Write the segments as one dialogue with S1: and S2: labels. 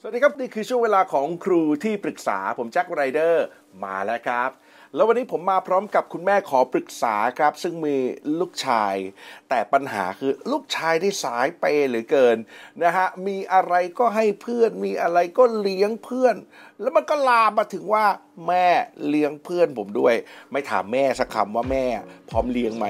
S1: สวัสดีครับ นี่คือช่วงเวลาของครูที่ปรึกษาผมแจ็คไรเดอร์มาแล้วครับ แล้ววันนี้ผมมาพร้อมกับคุณแม่ขอปรึกษาครับ ซึ่งมีลูกชาย แต่ปัญหาคือลูกชายที่สายเปย์เหลือเกินนะฮะมีอะไรก็ให้เพื่อนมีอะไรก็เลี้ยงเพื่อน แล้วมันก็ลามมาถึงว่าแม่เลี้ยงเพื่อนผมด้วย ไม่ถามแม่สักคำว่าแม่พร้อมเลี้ยงไหม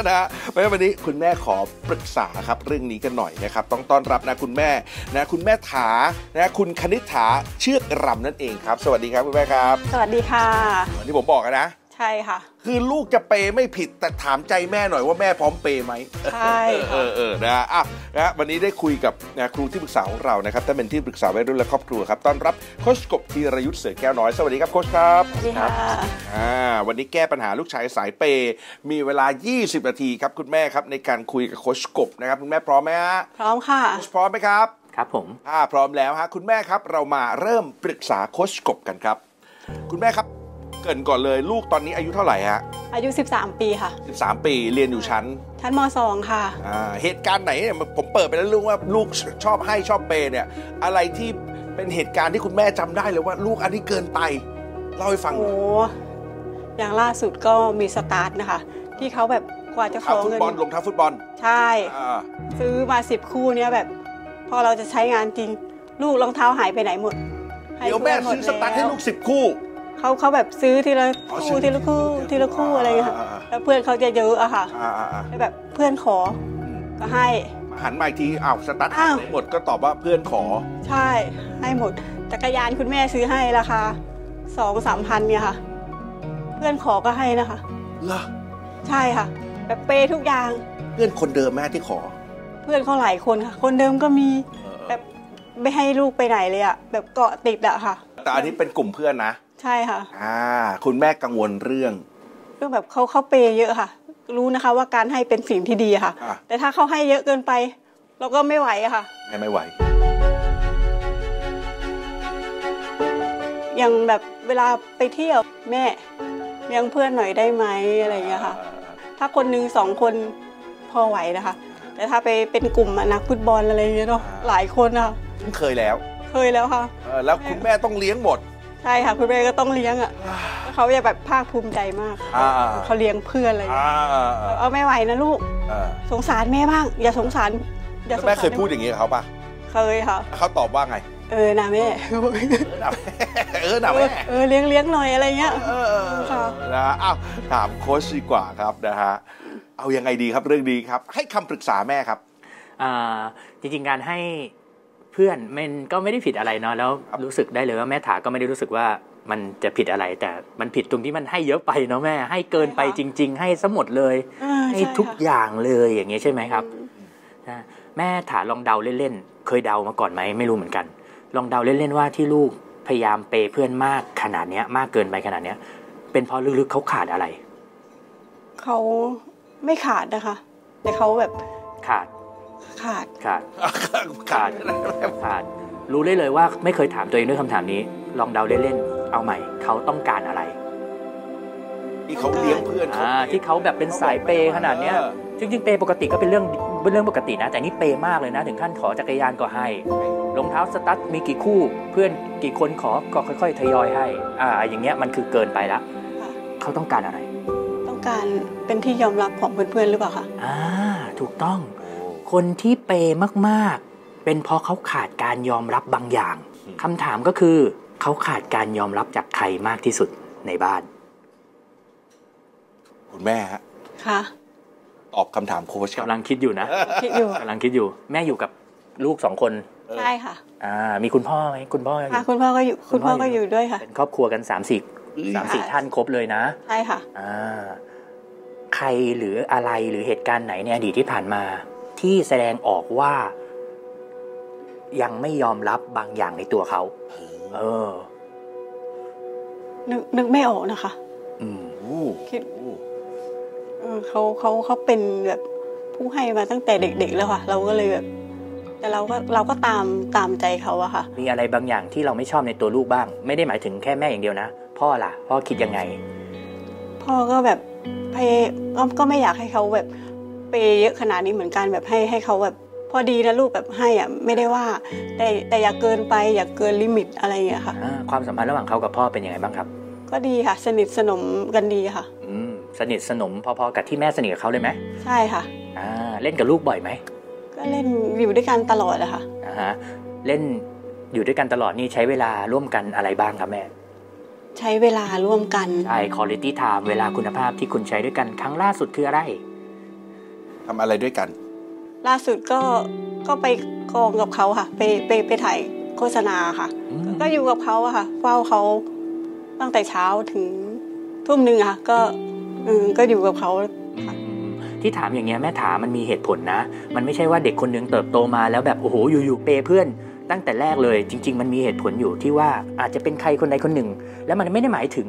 S1: นะฮะเพราะฉะนั้นวันนี้คุณแม่ขอปรึกษาครับเรื่องนี้กันหน่อยนะครับ ต้องต้อนรับนะคุณแม่นะคุณแม่ถานะคุณคณิษฐาเชือกรำนั่นเองครับ สวัสดีครับคุณแม่ครับ
S2: สวัสดีค่ะ
S1: เหมือนที่ผมบอกอะนะ
S2: ใช่ค่ะ
S1: คือลูกจะเปย์ไม่ผิดแต่ถามใจแม่หน่อยว่าแม่พร้อมเปย์ไหม
S2: ใช่
S1: เอ
S2: ค่ะ
S1: อเออนะฮะอ่ะนะฮะวันนี้ได้คุยกับนะครูที่ปรึกษาของเรานะครับท่านเป็นที่ปรึกษาวัยรุ่นและครอบครัวครับต้อนรับโคชกบธีรยุทธ์เสือแก้วน้อยสวัสดีครับโคชครับ
S2: สวัสดีค่ะ
S1: อ่าวันนี้แก้ปัญหาลูกชายสายเปย์มีเวลา 20 นาทีครับคุณแม่ครับในการคุยกับโคชกบนะครับคุณแม่พร้อมไหมฮะ
S2: พร้อมค่ะ
S1: โคชพร้อมไหมครับ
S3: ครับผม
S1: อ่าพร้อมแล้วฮะคุณแม่ครับเรามาเริ่มปรึกษาโคชกบกันครับ คุณแม่ครับเกรินก่อนเลยลูกตอนนี้อายุเท่าไหร่ฮะ
S2: อายุ 13 ปีค่ะ
S1: 13 ปีเรียนอยู่ชั้น
S2: ชั้นม .2 ค่ะ
S1: อ่าเหตุการณ์ไหนเนี่ยผมเปิดไปแล้วลูกว่าลูกชอบให้ชอบเปย์เนี่ย อะไรที่เป็นเหตุการณ์ที่คุณแม่จำได้เลยว่าลูกอันนี้เกินไปเล่าให้ฟังห
S2: โอ้
S1: น่อย
S2: อย่างล่าสุดก็มีสตาร์ทนะคะ ที่เขาแบบกว่าจะข
S1: เท้า
S2: อ
S1: ฟุต
S2: เงิน
S1: บอลลงเท้าฟุตบอล
S2: ใช่
S1: อ่า
S2: ซื้อมา 10 คู่เนี่ยแบบ พอเราจะใช้งานจริง ลูกรองเท้าหายไปไหนหมดให้
S1: เดี๋ยวแม่
S2: เพื่นหด
S1: ซื้อสตาร์ทให้
S2: แว
S1: ลูกสิบคู่
S2: เขาเขาแบบซื้อทีละ
S1: อ๋อซื้
S2: คู่
S1: อ
S2: ทีละคู่
S1: ที
S2: ที
S1: ละ
S2: ละ
S1: คู่
S2: คู่อะไรอย่างเงี้ยค่ะ
S1: อ่าอ่า
S2: แล้วเพื่อนเขาจะเยอะอะค่ะ
S1: อ่าอ่าอ่า
S2: แล้วแบบเพื่อนขอ
S1: อืม
S2: ก็ให้
S1: หันมาอีกทีอ้าวสตาร์ท
S2: อ้าว
S1: หายหมดก็ตอบว่าเพื่อนขอ
S2: ใช่ให้หมดจักรยานคุณแม่ซื้อให้ราคาสองสามพันเนี่ยค่ะ เพื่อนขอก็ให้นะคะ
S1: เหรอ
S2: ใช่ค่ะ แบบเปย์ทุกอย่าง
S1: เพื่อนคนเดิมแม่ที่ขอ
S2: เพื่อนเขาหลายคนค่ะ คนเดิมก็มี
S1: เออเออ
S2: แบบไม่ให้ลูกไปไหนเลยอะแบบเกาะติดอะค่ะ
S1: แต่อันนี้เป็นกลุ่มเพื่อนนะ
S2: ใช่ค่ะ
S1: อ่าคุณแม่กังวลเรื่อง
S2: เรื่องแบบเขาเขาเปย์เยอะค่ะ รู้นะคะว่าการให้เป็นสิ่งที่ดีค่ะ
S1: อ่ะ
S2: แต่ถ้าเขาให้เยอะเกินไป เราก็ไม่ไหวอะค่ะ
S1: แม่ไม่ไหว
S2: อย่างแบบเวลาไปเที่ยวแม่เลี้ยงเพื่อนหน่อยได้ไหมอะไรอย่างเงี้ยค่ะ ถ้าคนหนึ่งสองคนพอไหวนะคะ แต่ถ้าไปเป็นกลุ่มอะนักฟุตบอลอะไรอย่างเงี้ยเนาะ
S1: อ่า
S2: หลายคนอะ
S1: คุ้นเคยแล้ว
S2: เคยแล้วค่ะ
S1: เออแล้วคุณแม่ต้องเลี้ยงหมด
S2: ใช่ค่ะคุณแม่ก็ต้องเลี้ยงอะแล้วเขาจะแบบภาคภูมิใจมาก
S1: อ่า
S2: เขาเลี้ยงเพื่อนอะไรอย่าง
S1: อ่า
S2: เงี้ย
S1: อ่า
S2: แบบ
S1: อ่า
S2: เอาไม่ไหวนะลูก
S1: อ่า
S2: สงสารแม่บ้าง อย่าสงสารอย่าสงสาร
S1: แม่เคยพูดอย่างนี้กับเขาปะ
S2: เคยค่ะ
S1: เขาตอบว่าไง
S2: เออนะแม่
S1: เออหนาแม่เออหนาแม่
S2: เออเลี้ยงเลี้ยงหน่อยอะไรเงี้ย
S1: เออเออเออนะฮะอ้าวถามโค้ชดีกว่าครับนะฮะ เอายังไงดีครับเรื่องดีครับ ให้คำปรึกษาแม่ครับ
S3: อ่า จริงๆ การให้เพื่อนมันก็ไม่ได้ผิดอะไรเนาะ แล้ว
S1: ครับ
S3: รู้สึกได้เลยว่าแม่ถาก็ไม่ได้รู้สึกว่ามันจะผิดอะไร แต่มันผิดตรงที่มันให้เยอะไปเนาะแม่ ให้เกินไป
S2: ใช่ค่ะ
S3: จริง ๆ ให้สมดเลย
S2: อ่า
S3: ให้
S2: ใช่ค่ะ
S3: ทุกอย่างเลยอย่างเงี้ยใช่ไหมครับนะแม่ถาลองเดาเล่นๆ เคยเดามาก่อนไหมไม่รู้เหมือนกัน ลองเดาเล่นๆว่าที่ลูกพยายามเปย์เพื่อนมากขนาดเนี้ย มากเกินไปขนาดเนี้ย เป็นเพราะลึกๆเขาขาดอะไร
S2: เขาไม่ขาดนะคะ แต่เขาแบบ
S3: ขาด
S2: ขาด
S3: ขาด
S1: ขาด
S3: ขาดรู้ได้เลยว่าไม่เคยถามตัวเองด้วยคำถามนี้ ลองเดาเล่นๆ เอาใหม่ เขาต้องการอะไร
S1: ที่เขาเลี้ยงเพื่อนเขา
S3: อ่าที่เขาแบบเป็นสายเปย์ขนาดเนี้ยจริงๆเปย์ปกติก็เป็นเรื่องเป็นเรื่องปกตินะ แต่นี่เปย์มากเลยนะ ถึงขั้นขอจักรยานก็ให้รองเท้าสตั๊ดมีกี่คู่ เพื่อนกี่คนขอก็ค่อยๆทยอยให้ อ่า อย่างเงี้ยมันคือเกินไปละ
S2: ค่ะ
S3: เขาต้องการอะไร
S2: ต้องการเป็นที่ยอมรับของเพื่อนๆหรือเปล่าคะ
S3: อ่าถูกต้อง คนที่เปย์มากๆ เป็นเพราะเขาขาดการยอมรับบางอย่าง คำถามก็คือ เขาขาดการยอมรับจากใครมากที่สุดในบ้าน
S1: คุณแม่ฮะ
S2: ค่ะ
S1: ตอบคำถามโค้ชครั
S3: กำ
S1: บ
S3: ลังคิดอยู่นะ
S2: คิดอยู่
S3: กำลังคิดอยู่ แม่อยู่กับลูกสองคน
S2: ใช่ค่ะ
S3: อ่ามีคุณพ่อไหมคุณพ่ออยู่
S2: ค่ะ คุณพ่อก็อยู่
S3: คุ
S2: คุณ
S3: ณพ่
S2: พ่อ
S3: อ
S2: ก็อยู่ด้วยค่ะ
S3: เป็นครอบครัวกันสามสี่สามสี่ท่านครบเลยนะ
S2: ใช่ค่ะ
S3: อ่าใครหรืออะไรหรือเหตุการณ์ไหนในอดีตที่ผ่านมา ที่แสดงออกว่า ยังไม่ยอมรับบางอย่างในตัวเขา เออ
S2: นึกนึกไม่ออกนะคะ
S3: อืม
S1: โอ้
S2: คิด เออเขาเขาเขาเป็นแบบผู้ให้มาตั้งแต่เด็ก ๆ แล้วค่ะ เราก็เลยแบบ แต่เราก็เราก็ตามตามใจเขาอะค่ะ
S3: มีอะไรบางอย่างที่เราไม่ชอบในตัวลูกบ้าง ไม่ได้หมายถึงแค่แม่อย่างเดียวนะ พ่อล่ะ พ่อคิดยังไง
S2: พ่อก็แบบพยก็ก็ไม่อยากให้เขาแบบเปย์เยอะขนาดนี้เหมือนกันแบบให้ให้เขาแบบ พอดีนะลูกแบบให้อ่ะไม่ได้ว่า แต่แต่อย่าเกินไปอย่าเกินลิมิตอะไรอย่างเงี้ยค่ะ
S3: อ่าความสัมพันธ์ระหว่างเขากับพ่อเป็นยังไงบ้างครับ
S2: ก็ดีค่ะ สนิทสนมกันดีค่ะ
S3: อืม สนิทสนมพอๆกับที่แม่สนิทกับเขาเลยไหม
S2: ใช่ค่ะ
S3: อ่า เล่นกับลูกบ่อยไหม
S2: ก็เล่นอยู่ด้วยกันตลอดอะค่ะ
S3: อ่าฮะ เล่นอยู่ด้วยกันตลอดนี่ใช้เวลาร่วมกันอะไรบ้างครับแม่
S2: ใช้เวลาร่วมกัน
S3: ใช่ quality time เวลาคุณภาพที่คุณใช้ด้วยกันครั้งล่าสุดคืออะไร
S1: ทำอะไรด้วยกัน
S2: ล่าสุดก็ก็ไปกองกับเขาค่ะ ไปไปไปถ่ายโฆษณาค่ะ
S3: อืม
S2: ก็อยู่กับเขาอะค่ะเฝ้าเขาตั้งแต่เช้าถึงทุ่มหนึ่งอะค่ะก็อืมก็อยู่กับเขา
S3: ที่ถามอย่างเงี้ยแม่ถามมันมีเหตุผลนะ มันไม่ใช่ว่าเด็กคนหนึงเติบโตมาแล้วแบบโอ้โหอยู่ๆเปย์เพื่อนตั้งแต่แรกเลย จริง ๆ มันมีเหตุผลอยู่ที่ว่าอาจจะเป็นใครคนใดคนหนึ่ง แล้วมันไม่ได้หมายถึง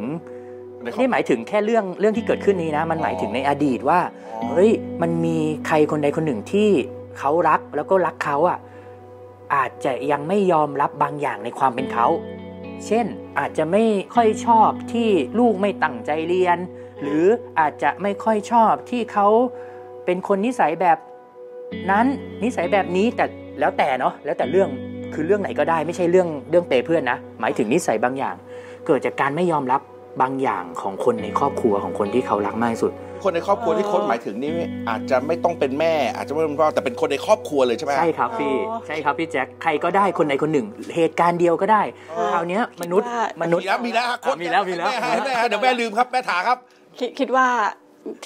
S1: ในครอบครัว
S3: ไม่ได้หมายถึงแค่เรื่องเรื่องที่เกิดขึ้นนี้นะ มันหมายถึงในอดีตว่า
S1: อ๋อ
S3: เฮ้ยมันมีใครคนใดคนหนึ่งที่เขารักแล้วก็รักเขาอ่ะอาจจะยังไม่ยอมรับบางอย่างในความเป็นเขา เช่นอาจจะไม่ค่อยชอบที่ลูกไม่ตั้งใจเรียน หรืออาจจะไม่ค่อยชอบที่เขาเป็นคนนิสัยแบบนั้นนิสัยแบบนี้แต่แล้วแต่เนาะแล้วแต่เรื่องคือเรื่องไหนก็ได้ไม่ใช่เรื่องเรื่องเปรย์เพื่อนนะ หมายถึงนิสัยบางอย่าง เกิดจากการไม่ยอมรับบางอย่างของคนในครอบครัวของคนที่เขารักมากที่สุด
S1: คนในครอบครัวที่โค้ชหมายถึงนี่อาจจะไม่ต้องเป็นแม่ อาจจะไม่ต้องเป็นพ่อแต่เป็นคนในครอบครัวเลยใช่ไหม
S3: ใช่ครับพี่
S2: อ๋อ
S3: ใช่ครับพี่แจ็คใครก็ได้คนใดคนหนึ่ง เหตุการณ์เดียวก็ได้คราวเนี้ยมนุษย์
S2: ว่าม
S3: มนุษ
S1: มี
S3: ย์
S1: แล้วมีแล้วฮะโค้ช
S3: มีแล้วมีแล้ว
S1: ม่ให้แม่ให้เดี๋ยวแม่ลืมครับแม่ถาครับ
S2: คิดคิดว่า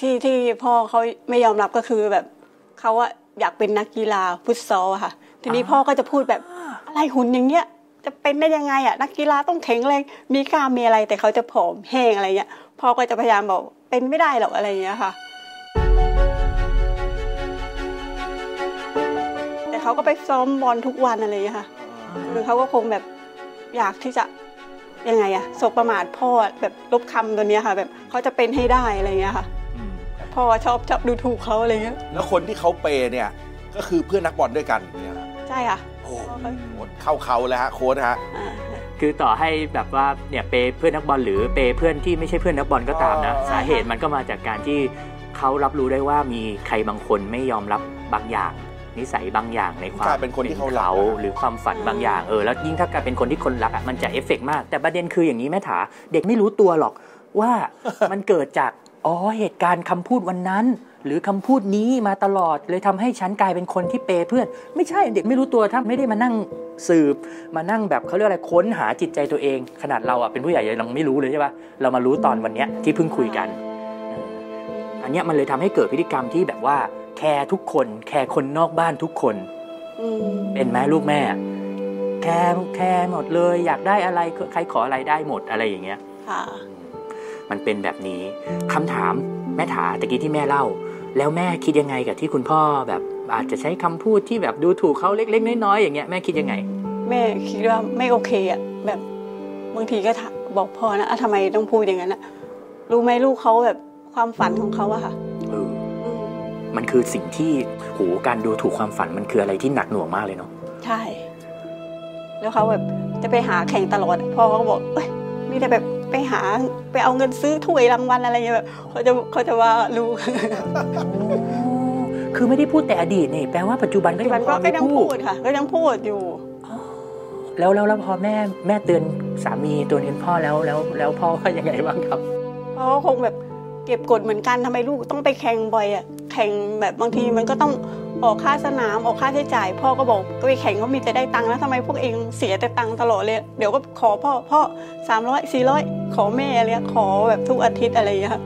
S2: ที่ที่พ่อเขาไม่ยอมรับก็คือแบบเขาอะอยากเป็นนักกีฬาฟุตซอลอะค่ะ ทีนี้พ่อก็จะพูดแบบอะไรหุ่นอย่างเงี้ย จะเป็นได้ยังไงอะนักกีฬาต้องแข็งแรงมีกล้ามมีอะไรแต่เขาจะผอมแห้งอะไรเงี้ยพ่อก็จะพยายามบอกเป็นไม่ได้หรอกอะไรเงี้ยค่ะ แต่เขาก็ไปซ้อมบอลทุกวันอะไรเงี้ยค่ะคือเขาก็คงแบบอยากที่จะ ยังไงอะสบประมาทพ่อแบบลบคำตัวเนี้ยค่ะ แบบเขาจะเป็นให้ได้อะไรเงี้ยค่ะ
S3: อืม
S2: พ่อชอบชอบดูถูกเขาอะไรเงี้ย
S1: แล้วคนที่เขาเปย์เนี่ยก็คือเพื่อนนักบอลด้วยกันเนี่ยฮะ
S2: ใช่ค่ะ
S1: โอ้โหโค้ชเข้าเขาแล้วฮะโค้ชฮะ
S2: อ่า
S3: คือต่อให้แบบว่าเนี่ยเปย์เพื่อนนักบอลหรือเปย์เพื่อนที่ไม่ใช่เพื่อนนักบอลก็ตามนะ
S1: อ๋อ
S3: สาเหตุมันก็มาจากการที่เขารับรู้ได้ว่ามีใครบางคนไม่ยอมรับบางอย่าง นิสัยบางอย่างในความ
S1: กลายเป็นคนที่เขารัก
S3: หรือความฝันบางอย่างเออแล้วยิ่งถ้ากลายเป็นคนที่คนรักอ่ะมันจะเอฟเฟกต์มาก แต่ประเด็นคืออย่างนี้แม่ถาเด็กไม่รู้ตัวหรอกว่า มันเกิดจากอ๋อเหตุการณ์คำพูดวันนั้น หรือคำพูดนี้มาตลอดเลยทำให้ฉันกลายเป็นคนที่เปย์เพื่อน ไม่ใช่เด็กไม่รู้ตัวถ้าไม่ได้มานั่งสืบ มานั่งแบบเขาเรียกอะไรค้นหาจิตใจตัวเอง ขนาดเราอ่ะเป็นผู้ใหญ่ยังไม่รู้เลยใช่ปะเรามารู้ตอนวันเนี้ยที่เพิ่งคุยกัน อันเนี้ยมันเลยทำให้เกิดพฤติกรรมที่แบบว่าแคร์ทุกคน แคร์คนนอกบ้านทุกคน
S2: อืม
S3: เป็นไหมลูกแม่ แคร์แคร์หมดเลย อยากได้อะไรใครขออะไรได้หมดอะไรอย่างเงี้ย
S2: ค่ะ
S3: มันเป็นแบบนี้คำถามแม่ถาตะกี้ที่แม่เล่า แล้วแม่คิดยังไงกับที่คุณพ่อแบบอาจจะใช้คำพูดที่แบบดูถูกเขาเล็กๆน้อยๆอย่างเงี้ยแม่คิดยังไง
S2: แม่คิดว่าไม่โอเคอะแบบบางทีก็ถามบอกพ่อนะอ่ะทำไมต้องพูดอย่างนั้นอะรู้ไหมลูกเขาแบบความฝันของเขาอะค่ะ
S3: เอ
S2: อื
S3: อ
S2: ม
S3: มันคือสิ่งที่โหการดูถูกความฝันมันคืออะไรที่หนักหน่วงมากเลยเนาะ
S2: ใช่ แล้วเขาแบบจะไปหาแข่งตลอดพ่อเขาก็บอกเอ้ยมีแต่แบบไปหาไปเอาเงินซื้อถ้วยรางวัลอะไรเงี้ยแบบเขาจะเขาจะว่า ลูก
S3: คือไม่ได้พูดแต่อดีตนี่แปลว่าปัจจุบันก็
S2: ปัจจุบันก็
S3: พอมี
S2: ยังพูดค่ะ ก็ยังพูดอยู่
S3: แล้วแล้วแล้วพอแม่แม่เตือนสามีตัวเตือนพ่อแล้วแล้วแล้วพ่อว่ายังไงบ้างครับ
S2: เพราะว่าคงแบบเก็บกดเหมือนกันทำไมลูกต้องไปแข่งบ่อยอ่ะแข่งแบบบางทีมันก็ต้องออกค่าสนามออกค่าใช้จ่าย พ่อก็บอกก็ไปแข่งก็มีแต่ได้ตังค์แล้วทำไมพวกเองเสียแต่ตังค์ตลอดเลย เดี๋ยวก็ขอพ่อพ่อสามร้อยสี่ร้อยขอแม่อะไรเงี้ยขอแบบทุกอาทิตย์อะไรอย่างเงี้ยค่ะ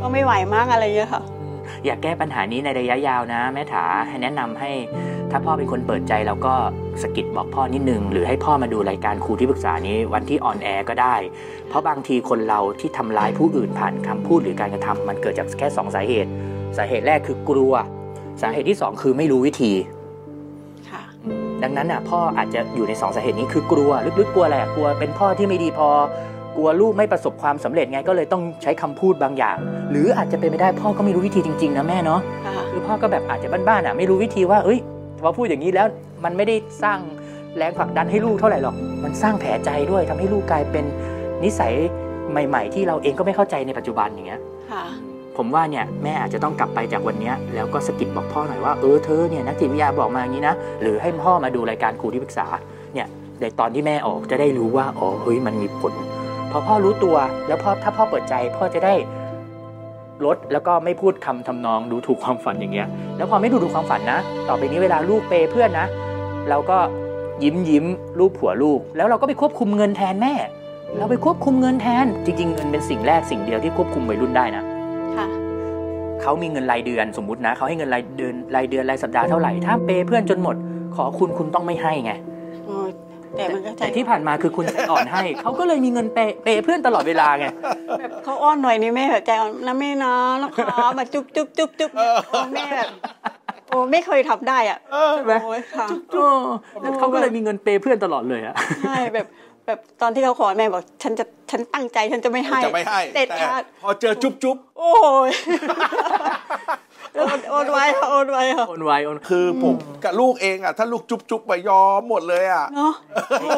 S2: ก็ไม่ไหวมากอะไรอย่างเงี้ยค่ะ
S3: อยากแก้ปัญหานี้ในระยะยาวนะ แม่ถาให้แนะนำให้ ถ้าพ่อเป็นคนเปิดใจเราก็สะกิดบอกพ่อนิดนึง หรือให้พ่อมาดูรายการครูที่ปรึกษานี้วันที่ออนแอร์ก็ได้ เพราะบางทีคนเราที่ทำร้ายผู้อื่นผ่านคำพูดหรือการกระทำมันเกิดจากแค่สองสาเหตุ สาเหตุแรกคือกลัว สาเหตุที่สองคือไม่รู้วิธี
S2: ค่ะ
S3: ดังนั้นน่ะพ่ออาจจะอยู่ในสองสาเหตุนี้คือกลัวลึกๆกลัวแหละกลัวเป็นพ่อที่ไม่ดีพอ กลัวลูกไม่ประสบความสำเร็จไงก็เลยต้องใช้คำพูดบางอย่าง หรืออาจจะเป็นไม่ได้พ่อก็ไม่รู้วิธีจริงๆนะแม่เนาะ
S2: ค่ะ
S3: คือพ่อก็แบบอาจจะบ้านๆอ่ะไม่รู้วิธีว่าเอ้ยพอพูดอย่างนี้แล้วมันไม่ได้สร้างแรงผลักดันให้ลูกเท่าไหร่หรอก มันสร้างแผลใจด้วยทำให้ลูกกลายเป็นนิสัยใหม่ ๆ ที่เราเองก็ไม่เข้าใจในปัจจุบันอย่างเงี้ย
S2: ค่ะ
S3: ผมว่าเนี่ยแม่อาจจะต้องกลับไปจากวันเนี้ยแล้วก็สะกิดบอกพ่อหน่อยว่าเออเธอเนี่ยนักจิตวิทยาบอกมาอย่างนี้นะหรือให้พ่อมาดูรายการครูที่ปรึกษาเนี่ยในตอนที่แม่ออกจะได้รู้ว่าอ๋อเฮ้ยมันมีผลพอพ่อรู้ตัวแล้วพ่อถ้าพ่อเปิดใจ พ่อจะได้ลดแล้วก็ไม่พูดคำทำนองดูถูกความฝันอย่างเงี้ย แล้วพอไม่ดูถูกความฝันนะ ต่อไปนี้เวลาลูกเปย์เพื่อนนะ เราก็ยิ้มยิ้มรูปหัวลูก แล้วเราก็ไปควบคุมเงินแทนแม่ เราไปควบคุมเงินแทน จริงๆเงินเป็นสิ่งแรกสิ่งเดียวที่ควบคุมวัยรุ่นได้นะ
S2: ค่ะ
S3: เขามีเงินรายเดือนสมมตินะเขาให้เงินรายเดือนรายเดือนรายสัปดาห์เท่าไหร่ถ้าเปย์เพื่อนจนหมด ขอคุณคุณต้องไม่ให้ไง
S2: โอ้ยแต่มันก็ใจ
S3: แต่ที่ผ่านมาคือคุณใจอ่อนให้ เขาก็เลยมีเงินเปย์เปย์เพื่อนตลอดเวลาไง
S2: เขาอ้อนหน่อยนี่แม่แบบใจอ่อนนะแม่นะนะคะมาจุ๊บจุ๊บจุ๊บจุ๊บเนี่ยโอ้แม่แบบโอ้ไม่เคยทำได้อ่ะ
S1: เออ
S3: ใช่ไหม
S2: โอ้ยค่ะ
S3: เออแล้วเขาก็เลยมีเงินเปย์เพื่อนตลอดเลยอะ
S2: ใช่แบบแบบตอนที่เขาขอแม่บอกฉันจะฉันตั้งใจฉันจะไม่ให้
S1: จะไม่ให้
S2: เด็ด
S1: แต่
S2: ขาด
S1: พอเจอจุ๊บจุ๊บ
S2: โอ้ย โอนโอนไว้ค่ะโอนไว้ค่ะ
S3: โอนไวโอน
S1: ๆคือผมกับลูกเองอ่ะ ถ้าลูกจุ๊บจุ๊บไปยอมหมดเลยอ่ะ
S2: เนาะโอ้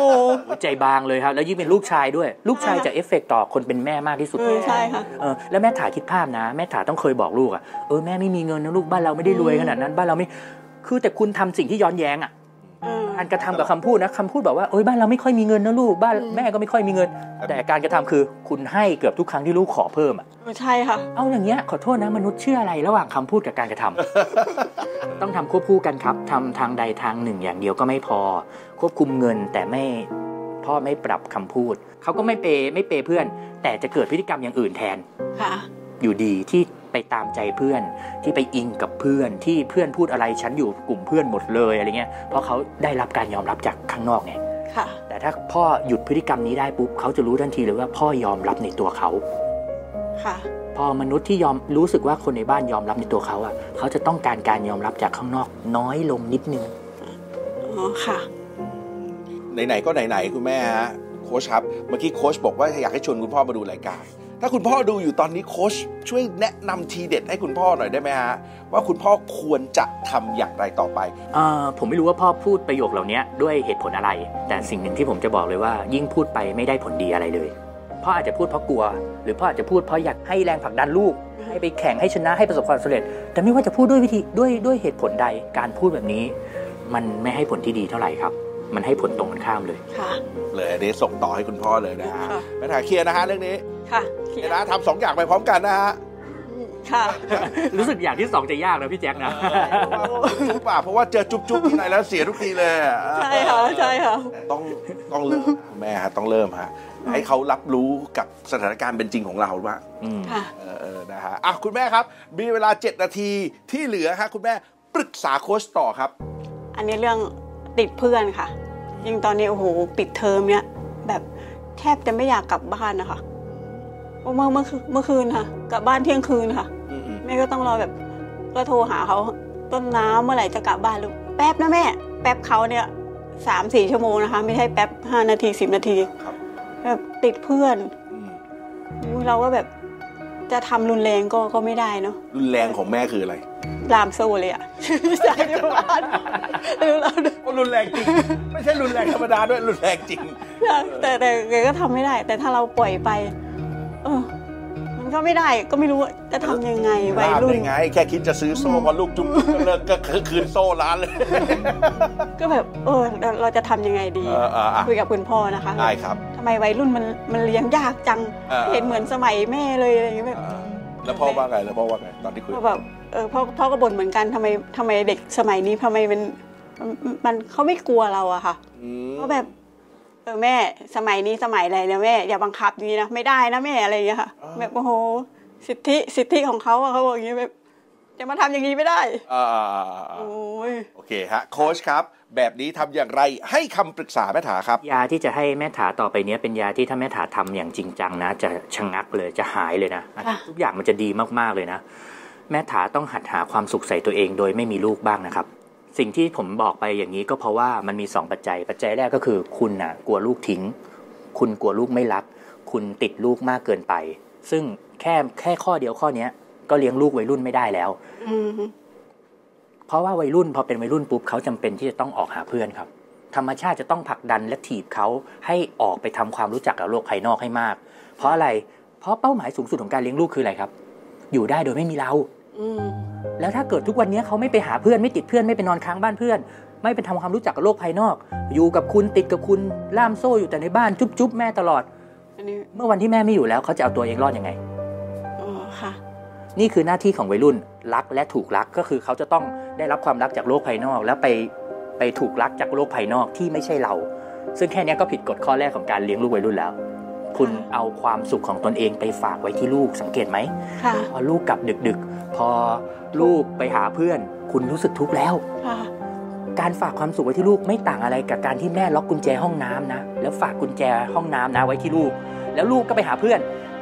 S3: ใจบางเลยครับแล้วยิ่งเป็นลูกชายด้วย ลูกชายจะเอฟเฟกต์ต่อคนเป็นแม่มากที่สุด
S2: เออใช่ค่ะ
S3: เออแล้วแม่ถาคิดภาพนะ แม่ถาต้องเคยบอกลูกอะเออแม่ไม่มีเงินนะลูกบ้านเราไม่ได้รวยขนาดนั้นบ้านเราไม่คือแต่คุณทำสิ่งที่ย้อนแย้งอะ
S2: เออ
S3: การกระทำกับคำพูดนะคำพูดแบบว่าเอ้ยบ้านเราไม่ค่อยมีเงินนะลูกบ้านแม่ก็ไม่ค่อยมีเงิน แต่การกระทำคือคุณให้เกือบทุกครั้งที่ลูกขอเพิ่มอะ
S2: เออใช่ค่ะ
S3: เอาอย่างเงี้ยขอโทษนะมนุษย์เชื่ออะไรระหว่างคำพูดกับการกระทำ ต้องทำควบคู่กันครับทำทางใดทางหนึ่งอย่างเดียวก็ไม่พอ ควบคุมเงินแต่ไม่พ่อไม่ปรับคำพูดเขาก็ไม่เปย์ไม่เปย์เพื่อน แต่จะเกิดพฤติกรรมอย่างอื่นแทน
S2: ค่ะ
S3: อยู่ดีที่ไปตามใจเพื่อนที่ไปอิงกับเพื่อนที่เพื่อนพูดอะไรฉันอยู่กลุ่มเพื่อนหมดเลยอะไรเงี้ยเพราะเขาได้รับการยอมรับจากข้างนอกไง
S2: ค่ะ
S3: แต่ถ้าพ่อหยุดพฤติกรรมนี้ได้ปุ๊บเขาจะรู้ทันทีเลยว่าพ่อยอมรับในตัวเขา
S2: ค่ะ
S3: พอมนุษย์ที่ยอมรู้สึกว่าคนในบ้านยอมรับในตัวเขาอ่ะเขาจะต้องการการยอมรับจากข้างนอกน้อยลงนิดนึง
S2: อ๋อค่ะ
S1: ไหนๆก็ไหนๆคุณแม่ฮะโค้ชครับ เมื่อกี้โค้ชบอกว่าอยากให้ชวนคุณพ่อมาดูรายการ ถ้าคุณพ่อดูอยู่ตอนนี้โค้ชช่วยแนะนำทีเด็ดให้คุณพ่อหน่อยได้ไหมฮะ ว่าคุณพ่อควรจะทำอย่างไรต่อไป
S3: เอ่อผมไม่รู้ว่าพ่อพูดประโยคเหล่านี้ด้วยเหตุผลอะไร แต่สิ่งหนึ่งที่ผมจะบอกเลยว่า ยิ่งพูดไปไม่ได้ผลดีอะไรเลยพ่ออาจจะพูดเพราะกลัว หรือพ่ออาจจะพูดเพราะอยากให้แรงผลักดันลูก ให้ไปแข่งให้ชนะให้ประสบความสำเร็จ แต่ไม่ว่าจะพูดด้วยวิธีด้วยด้วยเหตุผลใดการพูดแบบนี้ มันไม่ให้ผลที่ดีเท่าไหร่ครับ มันให้ผลตรงกันข้ามเลย
S2: ค่ะ
S1: เลยอันนี้ส่งต่อให้คุณพ่อเลยนะฮะ
S2: ค่ะ
S1: ปัญหาเคลียร์นะฮะเรื่องนี้
S2: ค่ะ
S1: เคลียร์นะทำสองอย่างไปพร้อมกันนะฮะ
S2: ค่ะ
S3: รู้สึกอย่างที่สองจะยากนะพี่แจ็คนะ
S1: จุ๊บอ่ะเพราะว่าเจอจุ๊บจุ๊บที่ไหนแล้วเสียทุกทีเลยอ่ะ
S2: ใช่ค่ะ ใช่ค่ะ
S1: ต้องต้องเริ่มคุณแม่ฮะต้องเริ่มฮะให้เขารับรู้กับสถานการณ์เป็นจริงของเราว่า
S3: อืม
S2: ค่ะ
S1: เออเออนะฮะอ่ะคุณแม่ครับ มีเวลา 7 นาทีที่เหลือฮะคุณแม่ปรึกษาโค้ชต่อครับ
S2: อันนี้เรื่องติดเพื่อนค่ะ ยิ่งตอนนี้โอ้โหปิดเทอมเนี่ยแบบแทบจะไม่อยากกลับบ้านนะคะเมื่อเมื่อคืนเมื่อคืนค่ะ กลับบ้านเที่ยงคืนค่ะ
S1: อืม
S2: แม่ก็ต้องรอแบบก็โทรหาเขาต้นน้ำเมื่อไหร่จะกลับบ้านลูกแป๊บนะแม่ แป๊บเขาเนี่ยสามสี่ชั่วโมงนะคะ ไม่ใช่แป๊บห้านาทีสิบนาที
S1: ๆครับ
S2: แบบติดเพื่อน
S1: อืม
S2: เราก็แบบจะทำรุนแรงก็ก็ไม่ได้เนาะ
S1: รุนแรงของแม่คืออะไร
S2: ลามโซ่เลยอ่ะ ใช่ที่บ้าน ดูแล้วดู
S1: ก็รุนแรงจริง ไม่ใช่รุนแรงธรรมดาด้วยรุนแรงจริง
S2: แต่แต่แกก็ทำไม่ได้ แต่ถ้าเราปล่อยไป เออ มันก็ไม่ได้ก็ไม่รู้ว่าจะทำยังไงวัย
S1: ลาบ
S2: รุ่น
S1: ได้ไง แค่คิดจะซื้อโซ่พอลูกจุ๊บก็เลิกก็คือคืนโซ่ร้านเลย
S2: ก็แบบ เออเราเราจะทำยังไงดี
S1: เออเอออ่ะ
S2: คุยกับคุณพ่อนะคะ
S1: ได้ครับ
S2: ทำไมวัยรุ่นมันมันเลี้ยงยากจัง
S1: เออ
S2: เห็นเหมือนสมัยแม่เลยอะไรอย่างเงี้ยแบบ
S1: อ่าแล้วพ่อว่าไงแล้วพ่อว่าไงตอนที่คุย
S2: ก็แบบเออพ่อพ่อก็บ่นเหมือนกันทำไมทำไมเด็กสมัยนี้ทำไมมันมันมันเขาไม่กลัวเราอะค่ะ เพราะแบบเออแม่สมัยนี้สมัยอะไรเนี่ยแม่อย่าบังคับอย่างนี้นะไม่ได้นะแม่อะไรอย่างเงี้ยค่ะ
S1: อ่า
S2: แบบโอ้โหสิทธิสิทธิของเขาอะเขาบอกอย่างนี้แบบจะมาทำอย่างนี้ไม่ได้
S1: อ่า
S2: โอ้
S1: ๆๆ
S2: ย
S1: ๆโอเคฮะโค้ชครับ แบบนี้ทำอย่างไรให้คำปรึกษาแม่ถาครับ
S3: ยาที่จะให้แม่ถาต่อไปเนี้ยเป็นยาที่ถ้าแม่ถาทำอย่างจริงจังนะ จะชะงักเลยจะหายเลยนะ ทุกอย่างมันจะดีมากๆเลยนะ แม่ถาต้องหัดหาความสุขใส่ตัวเองโดยไม่มีลูกบ้างนะครับ สิ่งที่ผมบอกไปอย่างนี้ก็เพราะว่ามันมีสองปัจจัย ปัจจัยแรกก็คือคุณนะกลัวลูกทิ้ง คุณกลัวลูกไม่รัก คุณติดลูกมากเกินไป ซึ่งแค่แค่ข้อเดียวข้อเนี้ยก็เลี้ยงลูกวัยรุ่นไม่ได้แล้ว
S2: อืม
S3: เพราะว่าวัยรุ่นพอเป็นวัยรุ่นปุ๊บเขาจำเป็นที่จะต้องออกหาเพื่อนครับ ธรรมชาติจะต้องผลักดันและถีบเขาให้ออกไปทำความรู้จักกับโลกภายนอกให้มาก เพราะอะไร เพราะเป้าหมายสูงสุดของการเลี้ยงลูกคืออะไรครับ อยู่ได้โดยไม่มีเรา
S2: อืม
S3: แล้วถ้าเกิดทุกวันนี้เขาไม่ไปหาเพื่อนไม่ติดเพื่อนไม่ไปนอนค้างบ้านเพื่อน ไม่ไปทำความรู้จักกับโลกภายนอก อยู่กับคุณติดกับคุณล่ามโซ่อยู่แต่ในบ้านจุ๊บจุ๊บแม่ตลอด
S2: อันนี้
S3: เมื่อวันที่แม่ไม่อยู่แล้วเขาจะเอาตัวเองรอดยังไง
S2: อ๋อค่ะ
S3: นี่คือหน้าที่ของวัยรุ่นรักและถูกรักก็คือเขาจะต้องได้รับความรักจากโลกภายนอก แล้วไปไปถูกรักจากโลกภายนอกที่ไม่ใช่เรา ซึ่งแค่เนี้ยก็ผิดกฎข้อแรกของการเลี้ยงลูกวัยรุ่นแล้ว คุณเอาความสุขของตนเองไปฝากไว้ที่ลูกสังเกตไหม
S2: ค่ะ
S3: พอลูกกลับดึกๆ พอลูกไปหาเพื่อน คุณรู้สึกทุกข์แล้ว
S2: ค่ะ
S3: การฝากความสุขไว้ที่ลูกไม่ต่างอะไรกับการที่แม่ล็อกกุญแจห้องน้ำนะ แล้วฝากกุญแจห้องน้ำนะไว้ที่ลูก แล้วลูกก็ไปหาเพื่อน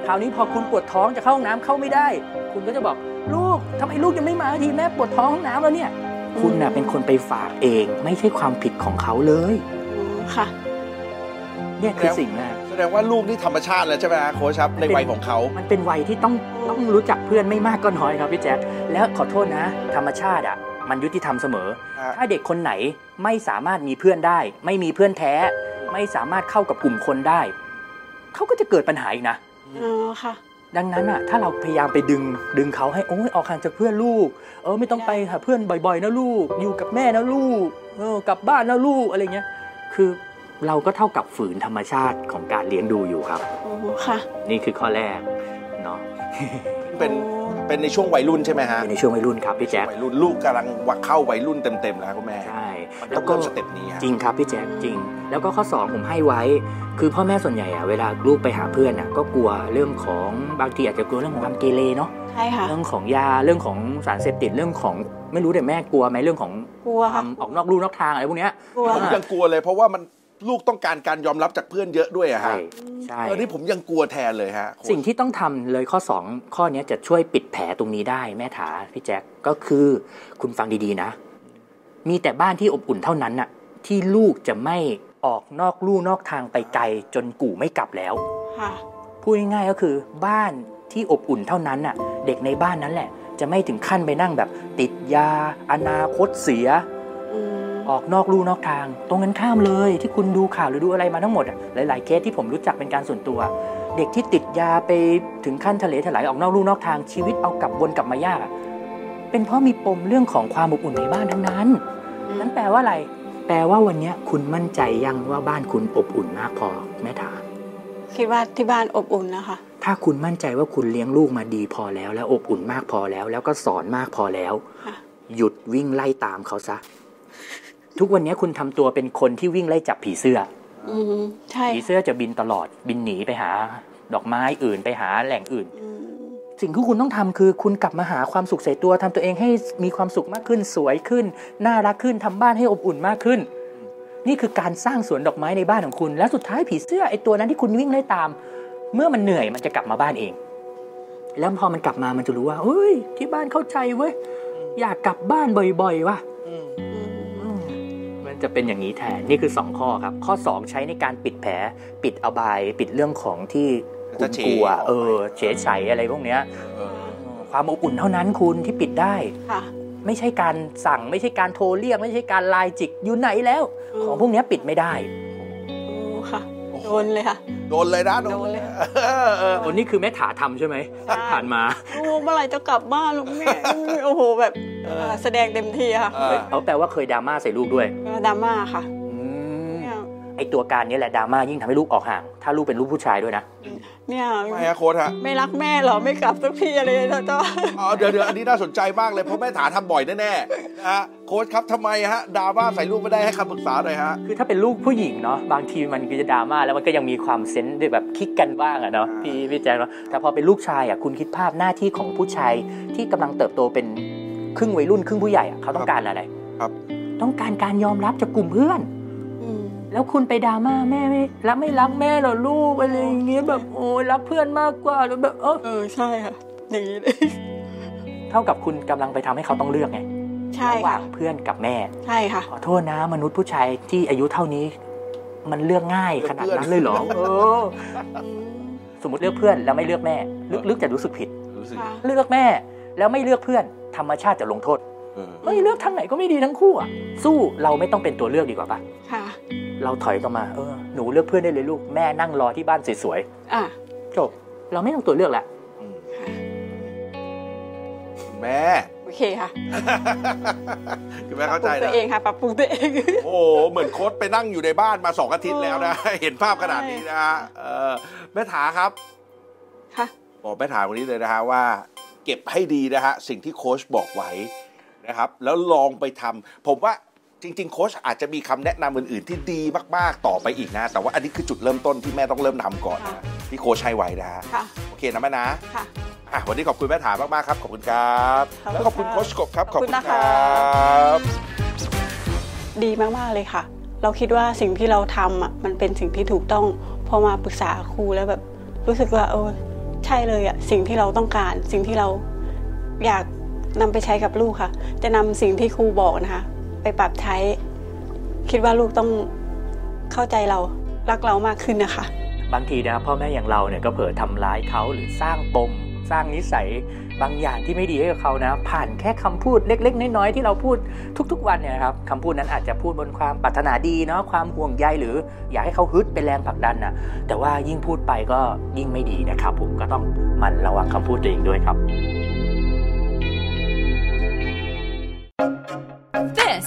S3: คราวนี้พอคุณปวดท้องจะเข้าห้องน้ำเข้าไม่ได้ คุณก็จะบอกลูกทำไมลูกยังไม่มาสักทีแม่ปวดท้องห้องน้ำแล้วเนี่ย คุณน่ะเป็นคนไปฝากเอง ไม่ใช่ความผิดของเขาเลย
S2: อ๋อค่ะ
S3: เนี่ยคือสิ่งแรก
S1: แสดงว่าลูกนี่ธรรมชาติแล้วใช่ไหมฮะโค้ชครับในวัยของเขา
S3: มันเป็นวัยที่ต้องต้องรู้จักเพื่อนไม่มากก็น้อยครับพี่แจ๊คแล้วขอโทษนะ ธรรมชาติอ่ะ มันยุติธรรมเสมอ
S1: ฮะ
S3: ถ้าเด็กคนไหนไม่สามารถมีเพื่อนได้ ไม่มีเพื่อนแท้ ไม่สามารถเข้ากับกลุ่มคนได้ เขาก็จะเกิดปัญหาอีกนะ
S2: อ๋อค่ะ
S3: ดังนั้นอ่ะถ้าเราพยายามไปดึงดึงเขาให้โอ้ยออกห่างจากเพื่อนลูก เออไม่ต้องไปหาเพื่อนบ่อยๆนะลูก อยู่กับแม่นะลูกเออกลับบ้านนะลูกอะไรเงี้ย คือเราก็เท่ากับฝืนธรรมชาติของการเลี้ยงดูอยู่ครับ
S2: อ๋อค่ะ
S3: นี่คือข้อแรกเนาะ
S1: เป็นเป็นในช่วงวัยรุ่นใช่ไหมฮะ
S3: อยู่ในช่วงวัยรุ่นครับพี่แจ๊ค
S1: วัยรุ่นลูกกำลังวักเข้าวัยรุ่นเต็มๆแล้วครับคุณแม่
S3: ใช่
S1: มันต้
S3: แล้
S1: อ
S3: ว
S1: ง
S3: ก็
S1: เริ่มสเต็ปนี้ฮะ
S3: จริงครับพี่แจ๊คจริง แล้วก็ข้อ 2 ผมให้ไว้ คือพ่อแม่ส่วนใหญ่อะเวลาลูกไปหาเพื่อนอะก็กลัวเรื่องของบางทีอาจจะกลัวเรื่องของความเกเรเนาะ
S2: ใช่ค่ะ
S3: เรื่องของยาเรื่องของสารเสพติดเรื่องของไม่รู้แต่แม่กลัวไหมเรื่องของ
S2: กลัว
S3: ค
S2: ค่ะ
S3: วามออกนอกลู่นอกทางอะไรพวกเนี้ย
S2: กลัว
S1: ผมยังกลัวเลย เพราะว่ามันลูกต้องการการยอมรับจากเพื่อนเยอะด้วยอะ
S3: ใช่
S1: ฮะ
S3: ใช่
S1: เออนี่ผมยังกลัวแทนเลยฮะโค้ช
S3: สิ่งที่ต้องทำเลยข้อ 2 ข้อเนี้ยจะช่วยปิดแผลตรงนี้ได้แม่ถาพี่แจ็คก็คือคุณฟังดีๆนะ มีแต่บ้านที่อบอุ่นเท่านั้นน่ะที่ลูกจะไม่ออกนอกลู่นอกทางไปไกล จนกู่ไม่กลับแล้ว
S2: ค่ะ
S3: พูดง่ายๆก็คือบ้านที่อบอุ่นเท่านั้นน่ะ เด็กในบ้านนั้นแหละ จะไม่ถึงขั้นไปนั่งแบบ ติดยา อนาคตเสีย
S2: อืม
S3: ออกนอกลู่นอกทาง ตรงกันข้ามเลยที่คุณดูข่าวหรือดูอะไรมาทั้งหมดอะหลาย ๆ เคสที่ผมรู้จักเป็นการส่วนตัว เด็กที่ติดยาไปถึงขั้นทะเลถลายออกนอกลู่นอกทางชีวิตเอากลับวนกลับมายากอะเป็นเพราะมีปมเรื่องของความอบอุ่นในบ้านทั้งนั้นนั้นแปลว่าอะไร แปลว่าวันเนี้ยคุณมั่นใจยังว่าบ้านคุณอบอุ่นมากพอแม่ถาม
S2: คิดว่าที่บ้านอบอุ่นนะคะ
S3: ถ้าคุณมั่นใจว่าคุณเลี้ยงลูกมาดีพอแล้ว และอบอุ่นมากพอแล้ว แล้วก็สอนมากพอแล้ว
S2: ค่ะ
S3: หยุดวิ่งไล่ตามเขาซะ ทุกวันนี้คุณทำตัวเป็นคนที่วิ่งไล่จับผีเสื้อ
S2: อืม ใช่
S3: ผีเสื้อจะบินตลอดบินหนีไปหา ดอกไม้อื่นไปหาแหล่งอื่น
S2: อืม
S3: สิ่งที่คุณต้องทำคือคุณกลับมาหาความสุขใส่ตัวทำตัวเองให้มีความสุขมากขึ้นสวยขึ้น น่ารักขึ้นทำบ้านให้อบอุ่นมากขึ้น นี่คือการสร้างสวนดอกไม้ในบ้านของคุณ แล้วสุดท้ายผีเสื้อไอตัวนั้นที่คุณวิ่งไล่ตาม เมื่อมันเหนื่อยมันจะกลับมาบ้านเอง แล้วพอมันกลับมามันจะรู้ว่าเฮ้ย ที่บ้านเข้าใจเว้ยอยากกลับบ้านบ่อยๆว่ะ
S1: อืม
S2: อืม
S3: มันจะเป็นอย่างนี้แทน นี่คือ 2 ข้อครับ ข้อ 2 ใช้ในการปิดแผล ปิดอบาย ปิดเรื่องของที่คุณกลัว
S1: จะเฉย
S3: เออ เฉยใสอะไรพวกเนี้ย
S1: เออ
S3: เออความอบอุ่นเท่านั้นคุณที่ปิดได้
S2: ค่ะ
S3: ไม่ใช่การสั่ง ไม่ใช่การโทรเรียก ไม่ใช่การไลน์จิก อยู่ไหนแล้ว
S2: อืม
S3: ของพวกเนี้ยปิดไม่ได้
S2: โอ้ค่ะ
S1: โอ้โห
S2: โดนเลยค่ะ
S1: โดนเลยนะ
S2: โดนเลย
S1: เออเออ
S3: โอ้นี่คือแม่ถาทำใช่ไหม
S2: ใช่
S3: ผ่านมา
S2: ลูกเมื่อไหร่จะกลับบ้านลูกแม่โอ้โหแบบเอ่อแสดงเต็มที่ค่ะ
S1: เออ
S3: เขาแปลว่าเคยดราม่าใส่ลูกด้วย
S2: ดราม่าค่ะ
S3: อืม
S2: เนี่ย
S3: ไอตัวการเนี้ยแหละดราม่ายิ่งทำให้ลูกออกห่าง ถ้าลูกเป็นลูกผู้ชายด้วยนะ
S2: เนี่ย
S1: ไม่ฮะโค้ชฮะ
S2: ไม่รักแม่เหรอไม่กลับสักทีอะไรแล้วจ้า
S1: อ๋อเดี๋ยวเดี๋ยวอันนี้น่าสนใจมากเลยเพราะแม่ถาทำบ่อยแน่ๆนะฮะโค้ชครับทำไมฮะดราม่าใส่ลูกไม่ได้ให้คำปรึกษาหน่อยฮะ
S3: คือถ้าเป็นลูกผู้หญิงเนาะบางทีมันก็จะดราม่าแล้วมันก็ยังมีความเซนส์แบบคิกกันบ้างอะเนาะ
S1: อ่า
S3: พี่พี่แจ๊คเนาะแต่พอเป็นลูกชายอะคุณคิดภาพหน้าที่ของผู้ชายที่กำลังเติบโตเป็นครึ่งวัยรุ่นครึ่งผู้ใหญ่อะเขาต้องการอะไร
S1: ครับ
S3: ต้องการการยอมรับจากกลุ่มเพื่อน
S2: อืม
S3: แล้วคุณไปดราม่าแม่ไม่รักไม่รักแม่เหรอลูกอะไรอย่างเงี้ยแบบโอ้ยรักเพื่อนมากกว่าแล้วแบบเออ
S2: เออใช่ค่ะอย่างนี้เลย
S3: เท่ากับคุณกำลังไปทำให้เขาต้องเลือกไง
S2: ใช่
S3: ระหว่า
S2: ค่ะ
S3: งเพื่อนกับแม่
S2: ใช่ค่ะ
S3: ขอโทษนะ มนุษย์ผู้ชายที่อายุเท่านี้ มันเลือกง่ายขนาดนั้นเลยเหรอเออ สมมติเลือกเพื่อนแล้วไม่เลือกแม่ลึกๆจะรู้สึกผิด
S1: รู้สึก
S2: ค่ะ
S3: เลือกแม่แล้วไม่เลือกเพื่อน ธรรมชาติจะลงโทษ
S1: เออ
S3: เฮ้ยเลือกทางไหนก็ไม่ดีทั้งคู่อะสู้เราไม่ต้องเป็นตัวเลือกดีกว่าปะ
S2: ค่ะ
S3: เราถอยกลับมาเออหนูเลือกเพื่อนได้เลยลูกแม่นั่งรอที่บ้านสวย
S2: อ่ะ
S3: ๆจบเราไม่ต้องตัวเลือกละ
S1: อืม
S2: ค่ะ
S1: แม่
S2: โอเคค่ะ
S1: คุณแม่
S2: ปรับ
S1: เข้า
S2: ป
S1: ใจ
S2: รุงตั
S1: นะ
S2: วเองค่ะปรับปรุงตัวเอง
S1: โอ้โหเหมือนโค้ดไปนั่งอยู่ในบ้านมาสองอาทิตย์แล้วนะ เห็นภาพขนาดนี้นะฮะเออแม่ถาครับ
S2: ค่ะ
S1: บอกแม่ถามวันนี้เลยนะฮะว่า เก็บให้ดีนะฮะสิ่งที่โค้ชบอกไว้นะครับ แล้วลองไปทำผมว่าจริง ๆ โค้ชอาจจะมีคำแนะนำอื่น ๆ ที่ดีมาก ๆ ต่อไปอีกนะ แต่ว่าอันนี้คือจุดเริ่มต้นที่แม่ต้องเริ่มทำก่อนนะ
S2: ค่ะ
S1: ที่โค้ชให้ไว้นะฮะ
S2: ค่ะ
S1: โอเคนะแม่นะ
S2: ค่ะ
S1: อ่ะวันนี้ขอบคุณแม่ถามมากๆครับขอบคุณครับ
S2: ขอบคุณ
S1: แล้วขอบคุณ
S2: ค่ะ
S1: โค้ชกบครับ
S2: ขอบคุณ
S1: ครั
S2: นะคะ
S1: บ
S2: ดีมาก ๆ เลยค่ะ เราคิดว่าสิ่งที่เราทำอ่ะมันเป็นสิ่งที่ถูกต้อง พอมาปรึกษาครูแล้วแบบ รู้สึกว่าเออใช่เลยอ่ะสิ่งที่เราต้องการ สิ่งที่เราอยากนำไปใช้กับลูกค่ะ จะนำสิ่งที่ครูบอกนะคะ ไปปรับใช้ คิดว่าลูกต้องเข้าใจเรารักเรามากขึ้นนะคะ
S3: บางทีนะพ่อแม่อย่างเราเนี่ยก็เผลอทำร้ายเขาหรือสร้างปมสร้างนิสัย บางอย่างที่ไม่ดีให้กับเขานะ ผ่านแค่คำพูดเล็ก ๆ น้อยๆที่เราพูดทุก ๆ วันเนี่ยนะครับคำพูดนั้นอาจจะพูดบนความปรารถนาดีเนาะความห่วงใยหรืออยากให้เขาฮึดเป็นแรงผลักดันนะแต่ว่ายิ่งพูดไปก็ยิ่งไม่ดีนะครับผมก็ต้องหมันระวังคำพูดตัวเองด้วยครับ
S4: This